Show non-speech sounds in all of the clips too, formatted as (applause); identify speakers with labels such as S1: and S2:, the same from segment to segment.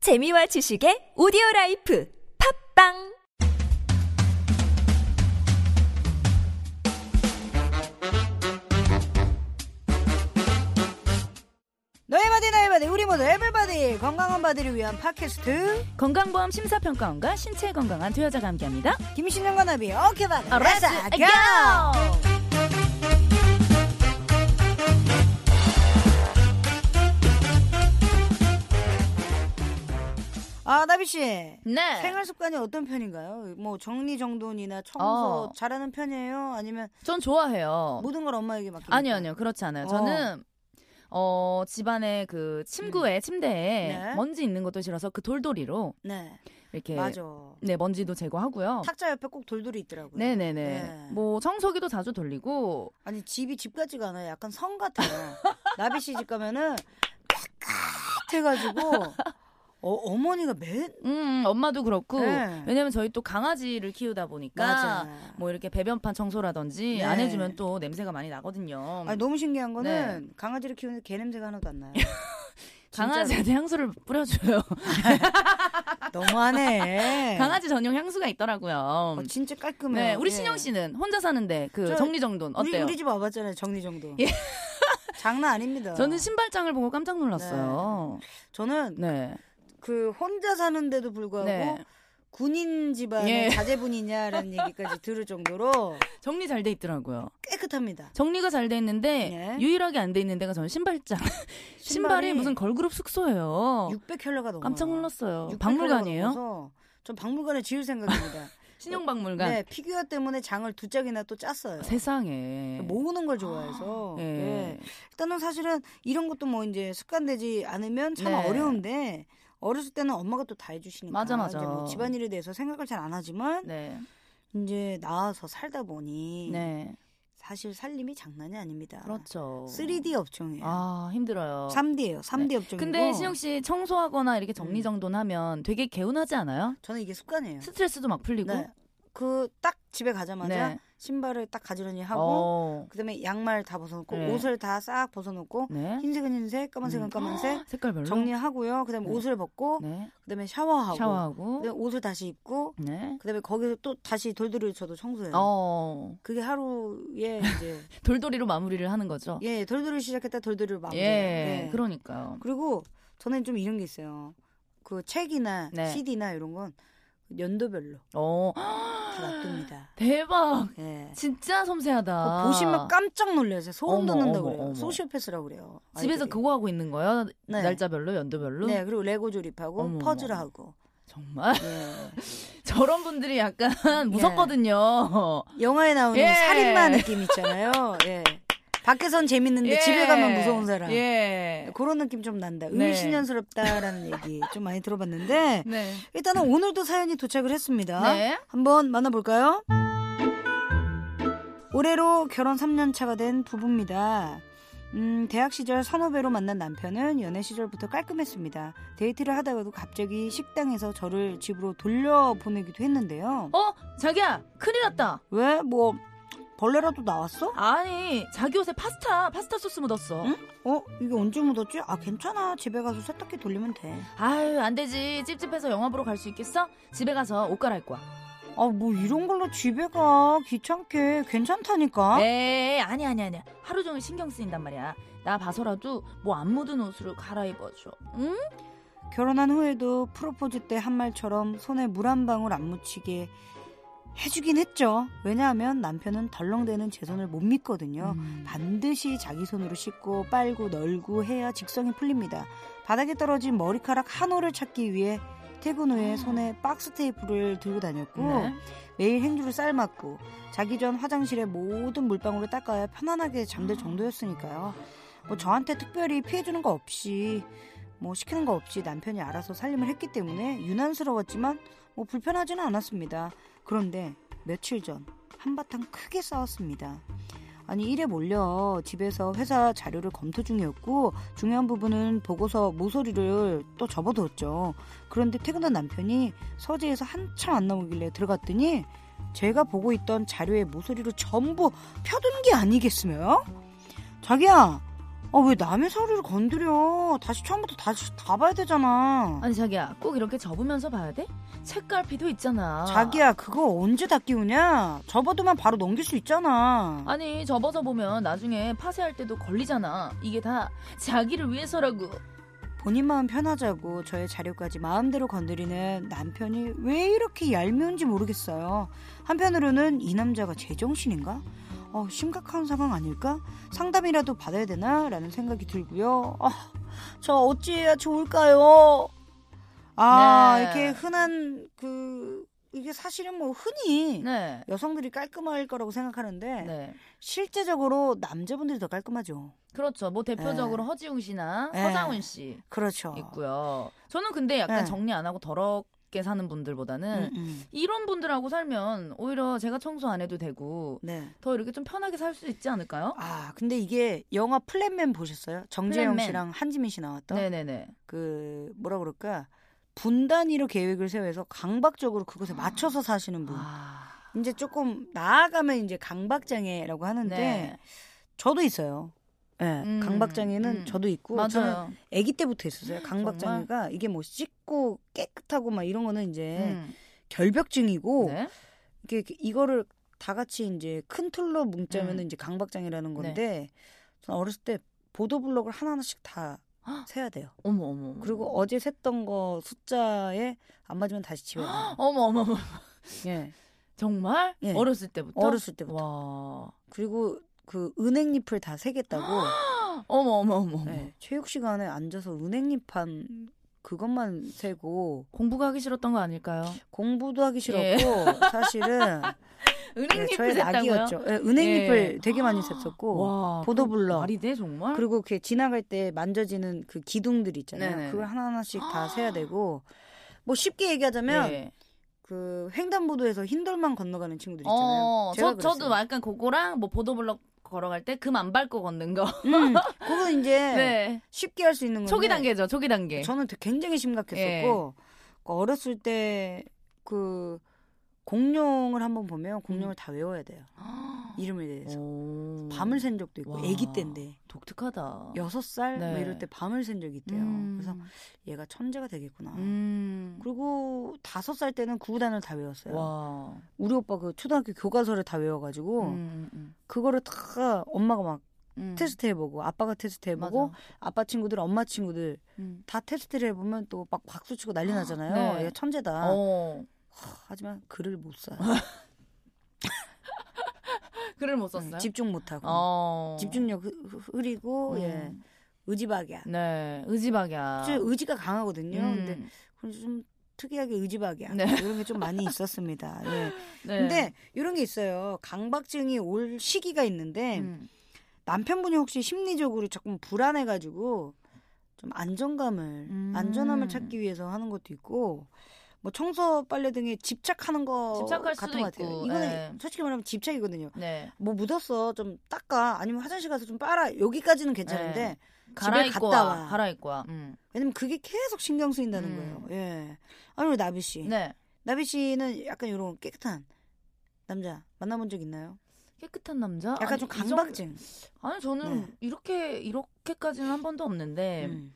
S1: 재미와 지식의 오디오 라이프 팝빵
S2: 너의 바디 나의 바디 우리 모두 에블바디 건강한 바디를 위한 팟캐스트
S3: 건강보험 심사평가원과 신체 건강한 두 여자가 함께합니다.
S2: 김신영과 나비 오케이 바디
S3: Let's go!
S2: 아 나비씨
S3: 네.
S2: 생활 습관이 어떤 편인가요? 뭐 정리정돈이나 청소
S3: 어.
S2: 잘하는 편이에요? 아니면
S3: 전 좋아해요.
S2: 모든 걸 엄마에게 맡기는
S3: 아니요, 아니요. 그렇지 않아요.
S2: 뭐- 어.
S3: 저는 어, 집안의 그 침구에 침대에
S2: 음. 네.
S3: 먼지 있는 것도 싫어서 그 돌돌이로
S2: 네
S3: 이렇게
S2: 맞아
S3: 네, 먼지도 제거하고요.
S2: 탁자 옆에 꼭 돌돌이 있더라고요
S3: 네, 네,
S2: 네.
S3: 네. 뭐 청소기도 자주 돌리고
S2: 아니 집이 집 같지가 않아요 약간 성
S3: (laughs)
S2: 같아요 나비씨 집 가면은
S3: (laughs)
S2: 깨끗해가지고 어, 어머니가 맨
S3: 음, 엄마도 그렇고
S2: 네.
S3: 왜냐면 저희 또 강아지를 키우다 보니까
S2: 맞아
S3: 뭐 이렇게 배변판 청소라든지
S2: 네.
S3: 안 해주면 또 냄새가 많이 나거든요.
S2: 아니 너무 신기한
S3: 네.
S2: 거는 강아지를 키우는데 개 냄새가 하나도 안 나요. 진짜로.
S3: 강아지한테 향수를 뿌려줘요. (laughs)
S2: 너무하네.
S3: 강아지 전용 향수가 있더라고요.
S2: 어, 진짜 깔끔해.
S3: 네, 우리 신영 씨는 혼자 사는데 그
S2: 저-
S3: 정리정돈
S2: 우리,
S3: 어때요? 예.
S2: 우리 집 와봤잖아요. 정리정돈. (laughs) 장난 아닙니다.
S3: 저는 신발장을 보고 깜짝 놀랐어요.
S2: 저는
S3: 네.
S2: 그 혼자 사는데도 불구하고
S3: 네.
S2: 군인 집안의
S3: 예. (laughs)
S2: 자제분이냐라는 얘기까지 들을 정도로
S3: 정리 잘 돼 있더라고요.
S2: 깨끗합니다.
S3: 정리가 잘 돼 있는데
S2: 예.
S3: 유일하게 안 돼 있는 데가 저는 신발장. 신발이 무슨 걸그룹 숙소예요.
S2: 600켤레가 넘어요.
S3: 깜짝 놀랐어요.
S2: 600 켤레가
S3: 박물관이에요?
S2: 넘어서 전 박물관에 지을 생각입니다.
S3: (laughs) 신용박물관.
S2: 네, 피규어 때문에 장을 두 짝이나 또 짰어요.
S3: 세상에.
S2: 모으는 걸 좋아해서.
S3: 예.
S2: 뭐, 예. 일단은 사실은 이런 것도 뭐 이제 습관되지 않으면 참
S3: 네.
S2: 어려운데 어렸을 때는 엄마가 또 다 해주시니까
S3: 맞아, 맞아.
S2: 이제 뭐 집안일에 대해서 생각을 잘 안 하지만
S3: 네.
S2: 이제 나와서 살다 보니
S3: 네.
S2: 사실 살림이 장난이 아닙니다.
S3: 그렇죠.
S2: 3D 업종이에요.
S3: 아, 힘들어요.
S2: 3D예요. 3D 업종이고. 음.
S3: 근데 신영 씨 청소하거나 이렇게 정리정돈하면 되게 개운하지 않아요?
S2: 저는 이게 습관이에요.
S3: 스트레스도 막 풀리고.
S2: 네. 그 딱 집에 가자마자
S3: 네.
S2: 신발을 딱 가지런히 하고
S3: 어.
S2: 그다음에 양말 다 벗어놓고
S3: 네.
S2: 옷을 다 싹 벗어놓고
S3: 네.
S2: 흰색은 흰색, 까만색은
S3: 음.
S2: 까만색
S3: 색깔별로.
S2: 정리하고요. 그다음에
S3: 네.
S2: 옷을 벗고
S3: 네.
S2: 그다음에 샤워하고
S3: 샤워하고.
S2: 그다음에 옷을 다시 입고
S3: 네.
S2: 그다음에 거기서 또 다시 돌돌이 저도 청소해요.
S3: 어.
S2: 그게
S3: (laughs)
S2: 하루에 이제
S3: 돌돌이로 마무리를 하는 거죠.
S2: 예 돌돌이 시작했다 돌돌이를 마무리.
S3: 예.
S2: 예.
S3: 그러니까요.
S2: 그리고 저는 좀 이런 게 있어요. 그 책이나
S3: 네.
S2: CD나 이런 건 연도별로
S3: 어.
S2: 다 놔둡니다.
S3: 대박.
S2: 예.
S3: 진짜 섬세하다.
S2: 그거 보시면 깜짝 놀라세요. 소름
S3: 아. 어머,
S2: 돋는다
S3: 어머,
S2: 그래요.
S3: 어머.
S2: 소시오패스라고 그래요.
S3: 집에서
S2: 아이들이.
S3: 그거 하고 있는 거예요?
S2: 네.
S3: 날짜별로, 연도별로?
S2: 네 그리고 레고 조립하고
S3: 어머,
S2: 퍼즐
S3: 어머.
S2: 하고
S3: 정말
S2: 예.
S3: 저런 분들이 약간 (laughs) 무섭거든요.
S2: 영화에 나오는
S3: 예.
S2: 살인마 느낌 있잖아요. (laughs) 예. 밖에선 재밌는데
S3: 예.
S2: 집에 가면 무서운 사람.
S3: 예.
S2: 그런 느낌 좀 난다.
S3: 네.
S2: 의신연스럽다라는 얘기 좀 많이 들어봤는데
S3: (laughs) 네.
S2: 일단은 오늘도 사연이 도착을 했습니다.
S3: 네.
S2: 한번 만나볼까요? 올해로 결혼 3년 차가 된 부부입니다. 음, 대학 시절 선후배로 만난 남편은 연애 시절부터 깔끔했습니다. 데이트를 하다가도 갑자기 식당에서 저를 집으로 돌려보내기도 했는데요.
S3: 어, 자기야, 큰일 났다.
S2: 왜? 뭐 벌레라도 나왔어?
S3: 아니, 자기 옷에 파스타, 파스타 소스 묻었어.
S2: 응? 어? 이게 언제 묻었지? 아 괜찮아. 집에 가서 세탁기 돌리면 돼.
S3: 아유, 안 되지. 찝찝해서 영화 보러 갈 수 있겠어? 집에 가서 옷 갈아입 거야.
S2: 아 뭐 이런 걸로 집에 가 귀찮게 괜찮다니까.
S3: 에이, 아니, 아니, 아니. 하루 종일 신경 쓰인단 말이야. 나 봐서라도 뭐 안 묻은 옷으로 갈아입어줘. 응?
S2: 결혼한 후에도 프로포즈 때 한 말처럼 손에 물 한 방울 안 묻히게 해주긴 했죠. 왜냐하면 남편은 덜렁대는 제 손을 못 믿거든요. 반드시 자기 손으로 씻고 빨고 널고 해야 직성이 풀립니다. 바닥에 떨어진 머리카락 한 올을 찾기 위해 퇴근 후에 손에 박스 테이프를 들고 다녔고
S3: 네.
S2: 매일 행주를 삶았고 자기 전 화장실에 모든 물방울을 닦아야 편안하게 잠들 정도였으니까요. 뭐 저한테 특별히 피해주는 거 없이 뭐 시키는 거 없이 남편이 알아서 살림을 했기 때문에 유난스러웠지만 뭐 불편하지는 않았습니다. 그런데 며칠 전 한바탕 크게 싸웠습니다. 아니 일에 몰려 집에서 회사 자료를 검토 중이었고 중요한 부분은 보고서 모서리를 또 접어두었죠. 그런데 퇴근한 남편이 서재에서 한참 안 나오길래 들어갔더니 제가 보고 있던 자료의 모서리를 전부 펴둔 게 아니겠으며 자기야 아, 왜 남의 서류를 건드려? 다시 처음부터 다시 다 봐야 되잖아.
S3: 아니 자기야 꼭 이렇게 접으면서 봐야 돼? 책갈피도 있잖아.
S2: 자기야, 그거 언제 다 끼우냐? 접어두면 바로 넘길 수 있잖아.
S3: 아니 접어서 보면 나중에 파쇄할 때도 걸리잖아. 이게 다 자기를 위해서라고.
S2: 본인 마음 편하자고 저의 자료까지 마음대로 건드리는 남편이 왜 이렇게 얄미운지 모르겠어요. 한편으로는 이 남자가 제정신인가? 어, 심각한 상황 아닐까? 상담이라도 받아야 되나? 라는 생각이 들고요. 아, 저 어찌해야 좋을까요? 아,
S3: 네.
S2: 이렇게 흔한 그 이게 사실은 뭐 흔히
S3: 네.
S2: 여성들이 깔끔할 거라고 생각하는데
S3: 네.
S2: 실제적으로 남자분들이 더 깔끔하죠.
S3: 그렇죠. 뭐 대표적으로 허지웅 씨나
S2: 네.
S3: 허장훈 씨
S2: 그렇죠.
S3: 있고요. 저는 근데 약간
S2: 네.
S3: 정리 안 하고 더럽게 사는 분들보다는
S2: 음, 음.
S3: 이런 분들하고 살면 오히려 제가 청소 안 해도 되고
S2: 네.
S3: 더 이렇게 좀 편하게 살 수 있지 않을까요?
S2: 아 근데 이게 영화 플랜맨 보셨어요? 정재영
S3: 플랜맨.
S2: 씨랑 한지민 씨 나왔던
S3: 네네네.
S2: 그 뭐라 그럴까 분 단위로 계획을 세워서 강박적으로 그것에 맞춰서 사시는 분.
S3: 아,
S2: 이제 조금 나아가면 이제 강박장애라고 하는데
S3: 네.
S2: 저도 있어요. 예,
S3: 음,
S2: 강박장애는
S3: 음.
S2: 저도 있고 뭐 저는
S3: 맞아요.
S2: 아기 때부터 있었어요. 강박장애가 이게 뭐 씻고 깨끗하고 막 이런 거는 이제
S3: 음.
S2: 결벽증이고
S3: 네.
S2: 이게 이렇게 이거를 다 같이 이제 큰 틀로 뭉짜면
S3: 음.
S2: 은 이제 강박장애라는 건데 저는 어렸을 때 보도블록을 하나하나씩 다
S3: 헉!
S2: 세야 돼요.
S3: 어머 어머. 어머.
S2: 그리고 어제 셌던 거 숫자에 안 맞으면 다시 지워야 돼요.
S3: 어머 어머 어머.
S2: 예.
S3: 정말
S2: 예.
S3: 어렸을 때부터.
S2: 어렸을 때부터.
S3: 와.
S2: 그리고 그 은행잎을 다 세겠다고
S3: 어머 어머 어머. 어머.
S2: 예, 체육 시간에 앉아서 은행잎 한 그것만 세고
S3: 공부가 하기 싫었던 거 아닐까요?
S2: 공부도 하기 싫었고
S3: 예.
S2: 사실은 예,
S3: (laughs) 은행잎을
S2: 저의
S3: 샜다고요?
S2: 낙이었죠. 예, 은행잎을
S3: 예.
S2: 되게 많이 샜었고
S3: 와,
S2: 보도블럭.
S3: 그 말이 돼 정말?
S2: 그리고 그 지나갈 때 만져지는 그 기둥들 있잖아요.
S3: 네네. 아.
S2: 그걸 하나하나씩 다 세야 되고 뭐 쉽게 얘기하자면
S3: 예.
S2: 그 횡단보도에서 흰돌만 건너가는 친구들 있잖아요.
S3: 어,
S2: 제가
S3: 저, 저도
S2: 그랬어요.
S3: 약간 그거랑 뭐 보도블럭 걸어갈 때 금 안 밟고 걷는 거.
S2: 음, 그거 이제
S3: (laughs) 네.
S2: 쉽게 할 수 있는 건데
S3: 초기 단계죠, 예. 초기 단계.
S2: 저는 되게 굉장히 심각했었고 그 어렸을 때 그 공룡을 한번 보면 공룡을 다 외워야 돼요. 이름에 대해서.
S3: 음. 아. 오.
S2: 밤을 샌 적도 있고
S3: 와.
S2: 아기 때인데
S3: 독특하다.
S2: 여섯 살
S3: 네.
S2: 뭐 이럴 때 밤을 샌 적이 있대요.
S3: 음.
S2: 그래서 얘가 천재가 되겠구나.
S3: 음.
S2: 그리고 다섯 살 때는 구구단을 다 외웠어요.
S3: 와.
S2: 우리 오빠 그 초등학교 교과서를 다 외워가지고
S3: 음, 음,
S2: 그거를 다 엄마가 막
S3: 음.
S2: 테스트 해보고 아빠가 테스트 해보고
S3: 맞아.
S2: 아빠 친구들 엄마 친구들
S3: 음.
S2: 다 테스트를 해보면 또 막 박수 치고 난리 나잖아요.
S3: 네.
S2: 얘가 천재다.
S3: 어.
S2: 하, 하지만 글을 못 써.
S3: 글을 못 썼어요?
S2: 네, 집중 못 하고
S3: 어.
S2: 집중력 흐- 흐- 흐리고
S3: 음.
S2: 예. 의지박이야.
S3: 네. 의지박이야.
S2: 사실 의지가 강하거든요.
S3: 음.
S2: 근데 그래서 좀 특이하게 의지박이야.
S3: 네.
S2: 이런 게 좀 많이 있었습니다. 예.
S3: 네.
S2: 근데 이런 게 있어요. 강박증이 올 시기가 있는데
S3: 음.
S2: 남편분이 혹시 심리적으로 조금 불안해가지고 좀 안정감을
S3: 음.
S2: 안전함을 찾기 위해서 하는 것도 있고 뭐 청소 빨래 등에 집착하는 거
S3: 집착할
S2: 같은
S3: 수도
S2: 것 같아요.
S3: 있고,
S2: 이거는
S3: 예.
S2: 솔직히 말하면 집착이거든요.
S3: 네.
S2: 뭐 묻었어 좀 닦아 아니면 화장실 가서 좀 빨아 여기까지는 괜찮은데
S3: 예.
S2: 집에
S3: 갈아입고
S2: 갔다
S3: 와.
S2: 와.
S3: 갈아입고 와. 음.
S2: 왜냐면 그게 계속 신경 쓰인다는
S3: 음.
S2: 거예요. 예. 아니 우리 나비 씨,
S3: 네.
S2: 나비 씨는 약간 이런 깨끗한 남자 만나본 적 있나요?
S3: 깨끗한 남자?
S2: 약간
S3: 아니,
S2: 좀
S3: 이 정도-
S2: 강박증.
S3: 아니 저는 이렇게 이렇게까지는 한 번도 없는데
S2: 음.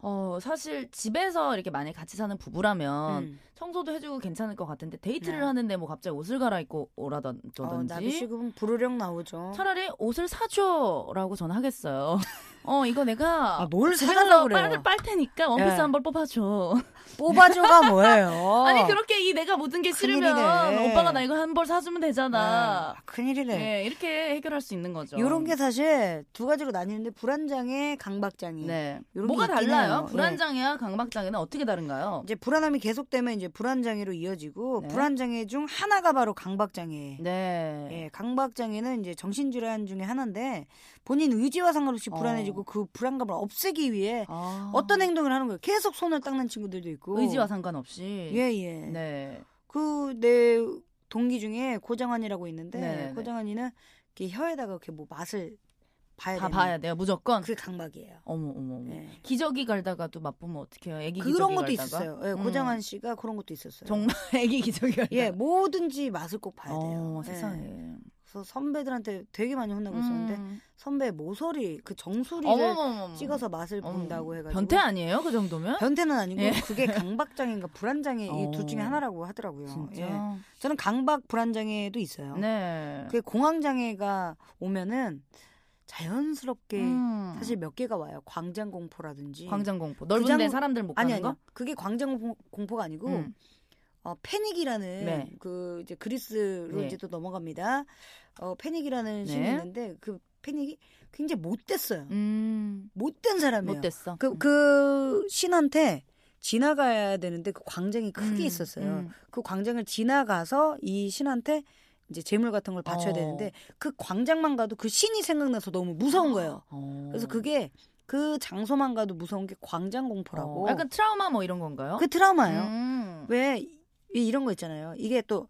S3: 어 사실 집에서 이렇게 만약 같이 사는 부부라면
S2: 음.
S3: 청소도 해주고 괜찮을 것 같은데 데이트를
S2: 네.
S3: 하는데 뭐 갑자기 옷을 갈아입고 오라던지
S2: 어, 나비 씨 그럼 불호령 나오죠.
S3: 차라리 옷을 사줘라고 저는 하겠어요. 어 이거 내가
S2: 아, 뭘
S3: 집에서
S2: 사달라고
S3: 빨,
S2: 그래요?
S3: 빨 테니까 원피스
S2: 예.
S3: 한 벌 뽑아줘.
S2: 뽑아줘가 뭐예요?
S3: (laughs) 아니 그렇게 이 내가 모든 게 싫으면
S2: 어. 큰일이네.
S3: 오빠가 나 이거 한 벌 사주면 되잖아.
S2: 아, 큰일이네.
S3: 예, 이렇게 해결할 수 있는 거죠.
S2: 이런 게 사실 두 가지로 나뉘는데 불안장애, 강박장애.
S3: 네.
S2: 요런
S3: 뭐가
S2: 게 있긴
S3: 달라요?
S2: 해요. 예.
S3: 불안장애와 강박장애는 어떻게 다른가요?
S2: 이제 불안함이 계속되면 이제 불안장애로 이어지고
S3: 네.
S2: 불안장애 중 하나가 바로 강박장애.
S3: 네.
S2: 예, 강박장애는 이제 정신질환 중에 하나인데 본인 의지와 상관없이
S3: 어.
S2: 불안해지고 그 불안감을 없애기 위해
S3: 아.
S2: 어떤 행동을 하는 거예요. 계속 손을 닦는 친구들도 있고.
S3: 의지와 상관없이.
S2: 예, 예.
S3: 네.
S2: 그 내 동기 중에 고장환이라고 있는데
S3: 네네네.
S2: 고장환이는 이렇게 혀에다가 이렇게 뭐 맛을 봐야
S3: 다
S2: 되는
S3: 봐야 돼요. 무조건.
S2: 그게 강박이에요.
S3: 어머 어머 어머.
S2: 예.
S3: 기저귀 갈다가도 맛보면 어떡해요? 애기 기저귀
S2: 그런 것도
S3: 갈다가?
S2: 있었어요. 예,
S3: 음.
S2: 고장환 씨가
S3: (laughs)
S2: 그런 것도 있었어요.
S3: 정말 애기 기저귀 갈다가.
S2: 예, 뭐든지 맛을 꼭 봐야 돼요.
S3: 어,
S2: 예.
S3: 세상에.
S2: 그래서 선배들한테 되게 많이 혼나고 있었는데
S3: 음.
S2: 선배 모서리 그 정수리를
S3: 어머머머.
S2: 찍어서 맛을
S3: 어머.
S2: 본다고 해가지고
S3: 변태 아니에요? 그 정도면?
S2: 변태는 아니고
S3: 예.
S2: 그게 강박장애인가 불안장애 이
S3: (laughs) 어.
S2: 둘 중에 하나라고 하더라고요. 예.
S3: 진짜.
S2: 저는 강박 불안장애도 있어요.
S3: 네.
S2: 그 공황장애가 오면은 자연스럽게
S3: 음.
S2: 사실 몇 개가 와요. 광장공포라든지.
S3: 광장공포. 넓은
S2: 부장-
S3: 데 사람들 못 가는
S2: 아니 아니
S3: 거?
S2: 그게 광장공포가 아니고
S3: 음.
S2: 어, 패닉이라는
S3: 네.
S2: 그 이제 그리스로
S3: 네.
S2: 이제 또 넘어갑니다. 어, 패닉이라는 신이
S3: 네.
S2: 있는데 그 패닉이 굉장히 못됐어요.
S3: 음.
S2: 못된 사람이에요.
S3: 못 됐어. 음.
S2: 그, 그 신한테 지나가야 되는데 그 광장이
S3: 음.
S2: 크게 있었어요. 그 광장을 지나가서 이 신한테 이제 재물 같은 걸 바쳐야
S3: 어.
S2: 되는데 그 광장만 가도 그 신이 생각나서 너무 무서운
S3: 아,
S2: 거예요.
S3: 어.
S2: 그래서 그게 그 장소만 가도 무서운 게 광장 공포라고.
S3: 약간 트라우마 뭐 이런 건가요?
S2: 그 트라우마예요.
S3: 음.
S2: 왜 이- 이런 거 있잖아요. 이게 또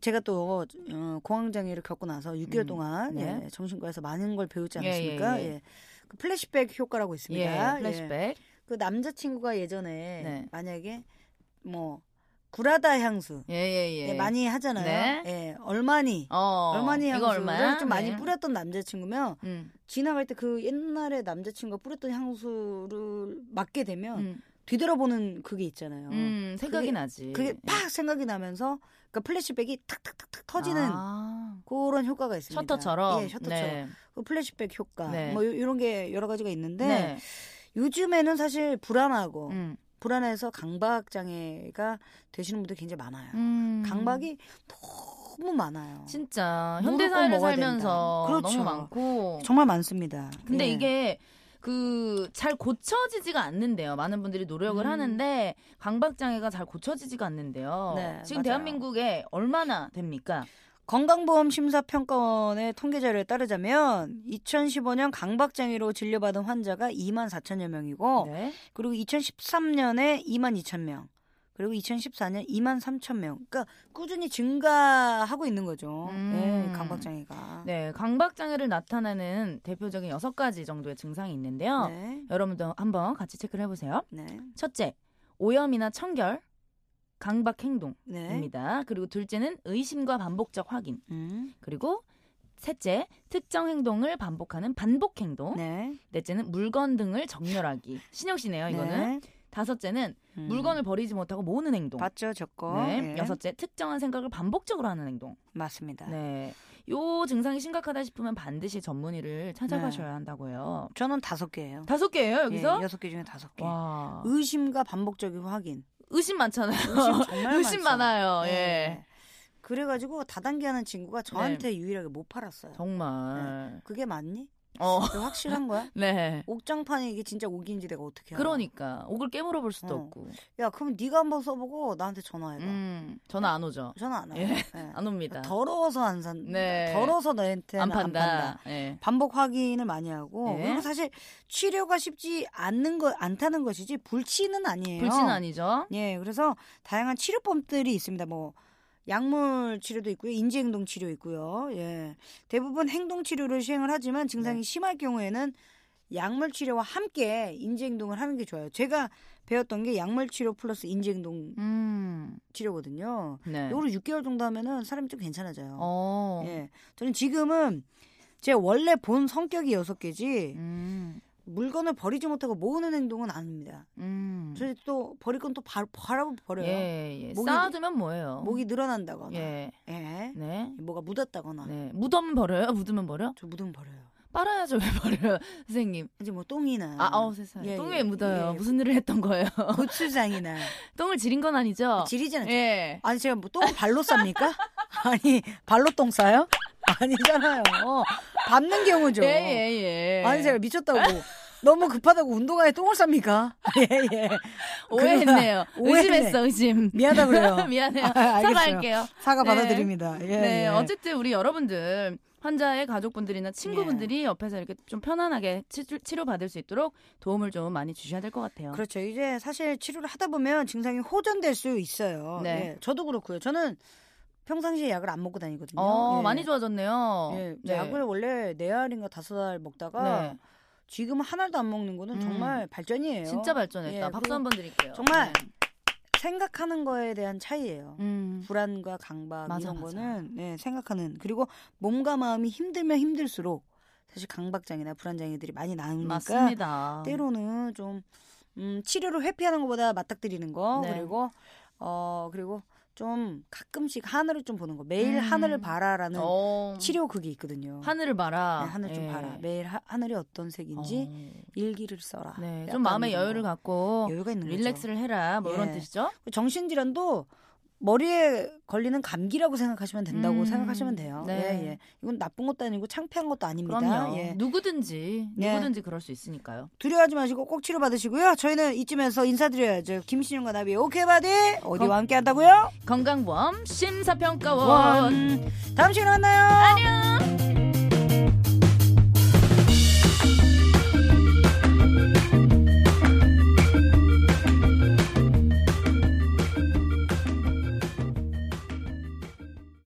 S2: 제가 또 어, 공황장애를 겪고 나서 6개월
S3: 음,
S2: 동안
S3: 네.
S2: 예, 정신과에서 많은 걸 배우지
S3: 예, 예,
S2: 않았습니까?
S3: 예.
S2: 예, 그 플래시백 효과라고 있습니다.
S3: 예, 플래시백.
S2: 그 남자친구가 예전에
S3: 네.
S2: 만약에 뭐 구라다 향수
S3: 예, 예, 예. 네.
S2: 예, 많이 하잖아요. 예, 얼마니
S3: 어.
S2: 얼마니
S3: 이거
S2: 향수를
S3: 얼마야?
S2: 좀 많이
S3: 네.
S2: 뿌렸던 남자친구면
S3: 음.
S2: 지나갈 때 그 옛날에 남자친구가 뿌렸던 향수를 맡게 되면
S3: 음.
S2: 뒤돌아보는 그게 있잖아요.
S3: 음, 생각이
S2: 그게-
S3: 나지.
S2: 그게 팍 생각이 나면서 그러니까 플래시백이 탁탁탁탁 터지는
S3: 아.
S2: 그런 효과가 있습니다.
S3: 셔터처럼.
S2: 예, 셔터처럼. 그 플래시백 효과
S3: 네.
S2: 뭐 요- 이런 게 여러 가지가 있는데
S3: 네. 네.
S2: 요즘에는 사실 불안하고
S3: 음.
S2: 불안해서 강박 장애가 되시는 분들 굉장히 많아요.
S3: 음.
S2: 강박이 너무 많아요.
S3: 진짜
S2: 물을
S3: 현대
S2: 꼭
S3: 사회를
S2: 먹어야
S3: 살면서
S2: 된다. 그렇죠.
S3: 너무 많고
S2: 정말 많습니다.
S3: 근데
S2: 예.
S3: 이게 그 잘 고쳐지지가 않는데요. 많은 분들이 노력을
S2: 음.
S3: 하는데 강박 장애가 잘 고쳐지지가 않는데요.
S2: 네,
S3: 지금
S2: 맞아요.
S3: 대한민국에 얼마나 됩니까?
S2: 건강보험 심사평가원의 통계 자료에 따르자면 2015년 강박 장애로 진료받은 환자가 2만 4천여 명이고
S3: 네.
S2: 그리고 2013년에 2만 2천 명. 그리고 2014년 2만 3천 명. 그러니까 꾸준히 증가하고 있는 거죠.
S3: 음.
S2: 예, 강박장애가.
S3: 네, 강박 장애를 나타내는 대표적인 여섯 가지 정도의 증상이 있는데요.
S2: 네.
S3: 여러분도 한번 같이 체크를 해보세요.
S2: 네.
S3: 첫째, 오염이나 청결, 강박 행동입니다.
S2: 네.
S3: 그리고 둘째는 의심과 반복적 확인.
S2: 음.
S3: 그리고 셋째, 특정 행동을 반복하는 반복 행동.
S2: 네.
S3: 넷째는 물건 등을 정렬하기. 신영 씨네요, 이거는.
S2: 네.
S3: 다섯째는
S2: 음.
S3: 물건을 버리지 못하고 모으는 행동.
S2: 봤죠, 저거.
S3: 네.
S2: 예.
S3: 여섯째, 특정한 생각을 반복적으로 하는 행동.
S2: 맞습니다.
S3: 네. 요 증상이 심각하다 싶으면 반드시 전문의를 찾아가셔야 한다고 해요.
S2: 저는 다섯 개예요.
S3: 다섯 개예요, 여기서?
S2: 네. 예, 여섯 개 중에 다섯 개.
S3: 와.
S2: 의심과 반복적인 확인.
S3: 의심 많잖아요. (laughs)
S2: 의심 정말
S3: 의심
S2: 많죠.
S3: 많아요. 예. 네.
S2: 예. 그래가지고 다단계하는 친구가 저한테 유일하게 못 팔았어요.
S3: 정말.
S2: 그게 맞니?
S3: 어.
S2: 그게
S3: (laughs)
S2: 확실한 거야?
S3: 네.
S2: 옥장판이 이게 진짜 옥인지 내가 어떻게 알아?
S3: 그러니까 옥을 깨물어 볼 수도
S2: 어.
S3: 없고.
S2: 야 그럼 네가 한번 써보고 나한테 전화해봐.
S3: 음. 전화 안 오죠.
S2: 저는 안 해요.
S3: 예.
S2: 예.
S3: 안 옵니다.
S2: 더러워서 안 산.
S3: 네.
S2: 더러워서 너한테는
S3: 안 판다. 예.
S2: 반복 확인을 많이 하고
S3: 네.
S2: 그리고 사실 치료가 쉽지 않는 거 않다는 것이지 불치는 아니에요.
S3: 불치는 아니죠.
S2: 예, 그래서 다양한 치료법들이 있습니다. 뭐 약물 치료도 있고요, 인지행동 치료 있고요. 예, 대부분 행동 치료를 시행을 하지만
S3: 네.
S2: 증상이 심할 경우에는 약물 치료와 함께 인지행동을 하는 게 좋아요. 제가 배웠던 게 약물 치료 플러스 인지행동
S3: 음.
S2: 치료거든요.
S3: 네.
S2: 요로 6개월 정도 하면은 사람이 좀 괜찮아져요.
S3: 어.
S2: 예, 저는 지금은 제 원래 본 성격이 여섯 개지
S3: 음.
S2: 물건을 버리지 못하고 모으는 행동은 아닙니다.
S3: 음.
S2: 저희 또 버릴 건 또 바로 버려요.
S3: 예, 예.
S2: 목이-
S3: 쌓아두면 뭐예요?
S2: 목이 늘어난다거나
S3: 예.
S2: 예.
S3: 네.
S2: 뭐가 묻었다거나
S3: 네. 무덤 버려요? 묻으면 버려?
S2: 저 묻으면 버려요
S3: 빨아야죠. 왜 버려요? (laughs) 선생님.
S2: 이제 뭐 똥이나
S3: 아, 아우 세상에.
S2: 예,
S3: 똥
S2: 예,
S3: 왜 묻어요?
S2: 예.
S3: 무슨 일을 했던 거예요? (laughs)
S2: 고추장이나
S3: 똥을 지린 건 아니죠?
S2: 지리잖아요
S3: 어. 예.
S2: 아니 제가 뭐 똥을 발로 쌉니까 (laughs) 아니 발로 똥 싸요 (laughs) 아니잖아요 밟는 경우죠
S3: 어. 예, 예, 예.
S2: 아니 제가 미쳤다고 너무 급하다고 운동화에 똥을 쌉니까 (laughs) 예예
S3: 오해했네요.
S2: 그, 오해네.
S3: 의심했어, 의심. (laughs)
S2: 미안하다 그래요
S3: 미안해요.
S2: 아, 알겠어요.
S3: 사과할게요.
S2: 사과
S3: 네.
S2: 받아드립니다 예,
S3: 네,
S2: 예.
S3: 어쨌든 우리 여러분들 환자의 가족분들이나
S2: 예.
S3: 친구분들이 옆에서 이렇게 좀 편안하게 치료, 받을수 있도록 도움을 좀 많이 주셔야 될 것 같아요.
S2: 그렇죠. 이제 사실 치료를 하다 보면 증상이 호전될 수 있어요.
S3: 네.
S2: 예, 저도 그렇고요. 저는 평상시에 약을 안 먹고 다니거든요.
S3: 어,
S2: 예.
S3: 많이 좋아졌네요.
S2: 예,
S3: 네.
S2: 약을 원래 네 알인가 다섯 알 먹다가
S3: 네.
S2: 지금 은 하나도 안 먹는 거는
S3: 음.
S2: 정말 발전이에요.
S3: 진짜 발전했다.
S2: 예,
S3: 박수
S2: 그리고
S3: 한번 드릴게요.
S2: 정말
S3: 네.
S2: 생각하는 거에 대한 차이예요.
S3: 음.
S2: 불안과 강박
S3: 맞아,
S2: 이런
S3: 맞아.
S2: 거는 예, 생각하는 그리고 몸과 마음이 힘들면 힘들수록 사실 강박장애나 불안장애들이 많이 나오니까
S3: 맞습니다.
S2: 때로는 좀 음, 치료로 회피하는 것보다 맞닥뜨리는 거
S3: 네.
S2: 그리고 어 그리고 좀 가끔씩 하늘을 좀 보는 거 매일
S3: 음.
S2: 하늘을 봐라라는
S3: 어.
S2: 치료 그게 있거든요.
S3: 하늘을 봐라.
S2: 네, 하늘 좀
S3: 예.
S2: 봐라 매일 하, 늘이 어떤 색인지 일기를 써라.
S3: 어. 네,
S2: 약간
S3: 좀 마음의
S2: 이런 거.
S3: 여유를 갖고
S2: 여유가 있는 거죠.
S3: 릴렉스를 해라. 뭐 이런
S2: 예.
S3: 뜻이죠?
S2: 그 정신질환도 머리에 걸리는 감기라고 생각하시면 된다고
S3: 음,
S2: 생각하시면 돼요.
S3: 네.
S2: 예, 예. 이건 나쁜 것도 아니고 창피한 것도 아닙니다.
S3: 그럼요.
S2: 예.
S3: 누구든지
S2: 네.
S3: 누구든지 그럴 수 있으니까요.
S2: 두려워하지 마시고 꼭 치료받으시고요. 저희는 이쯤에서 인사드려야죠. 김신영과 나비 오케이 바디 어디와 함께 한다고요?
S3: 건강보험 심사평가원.
S2: 원. 다음 시간에 만나요.
S3: 안녕.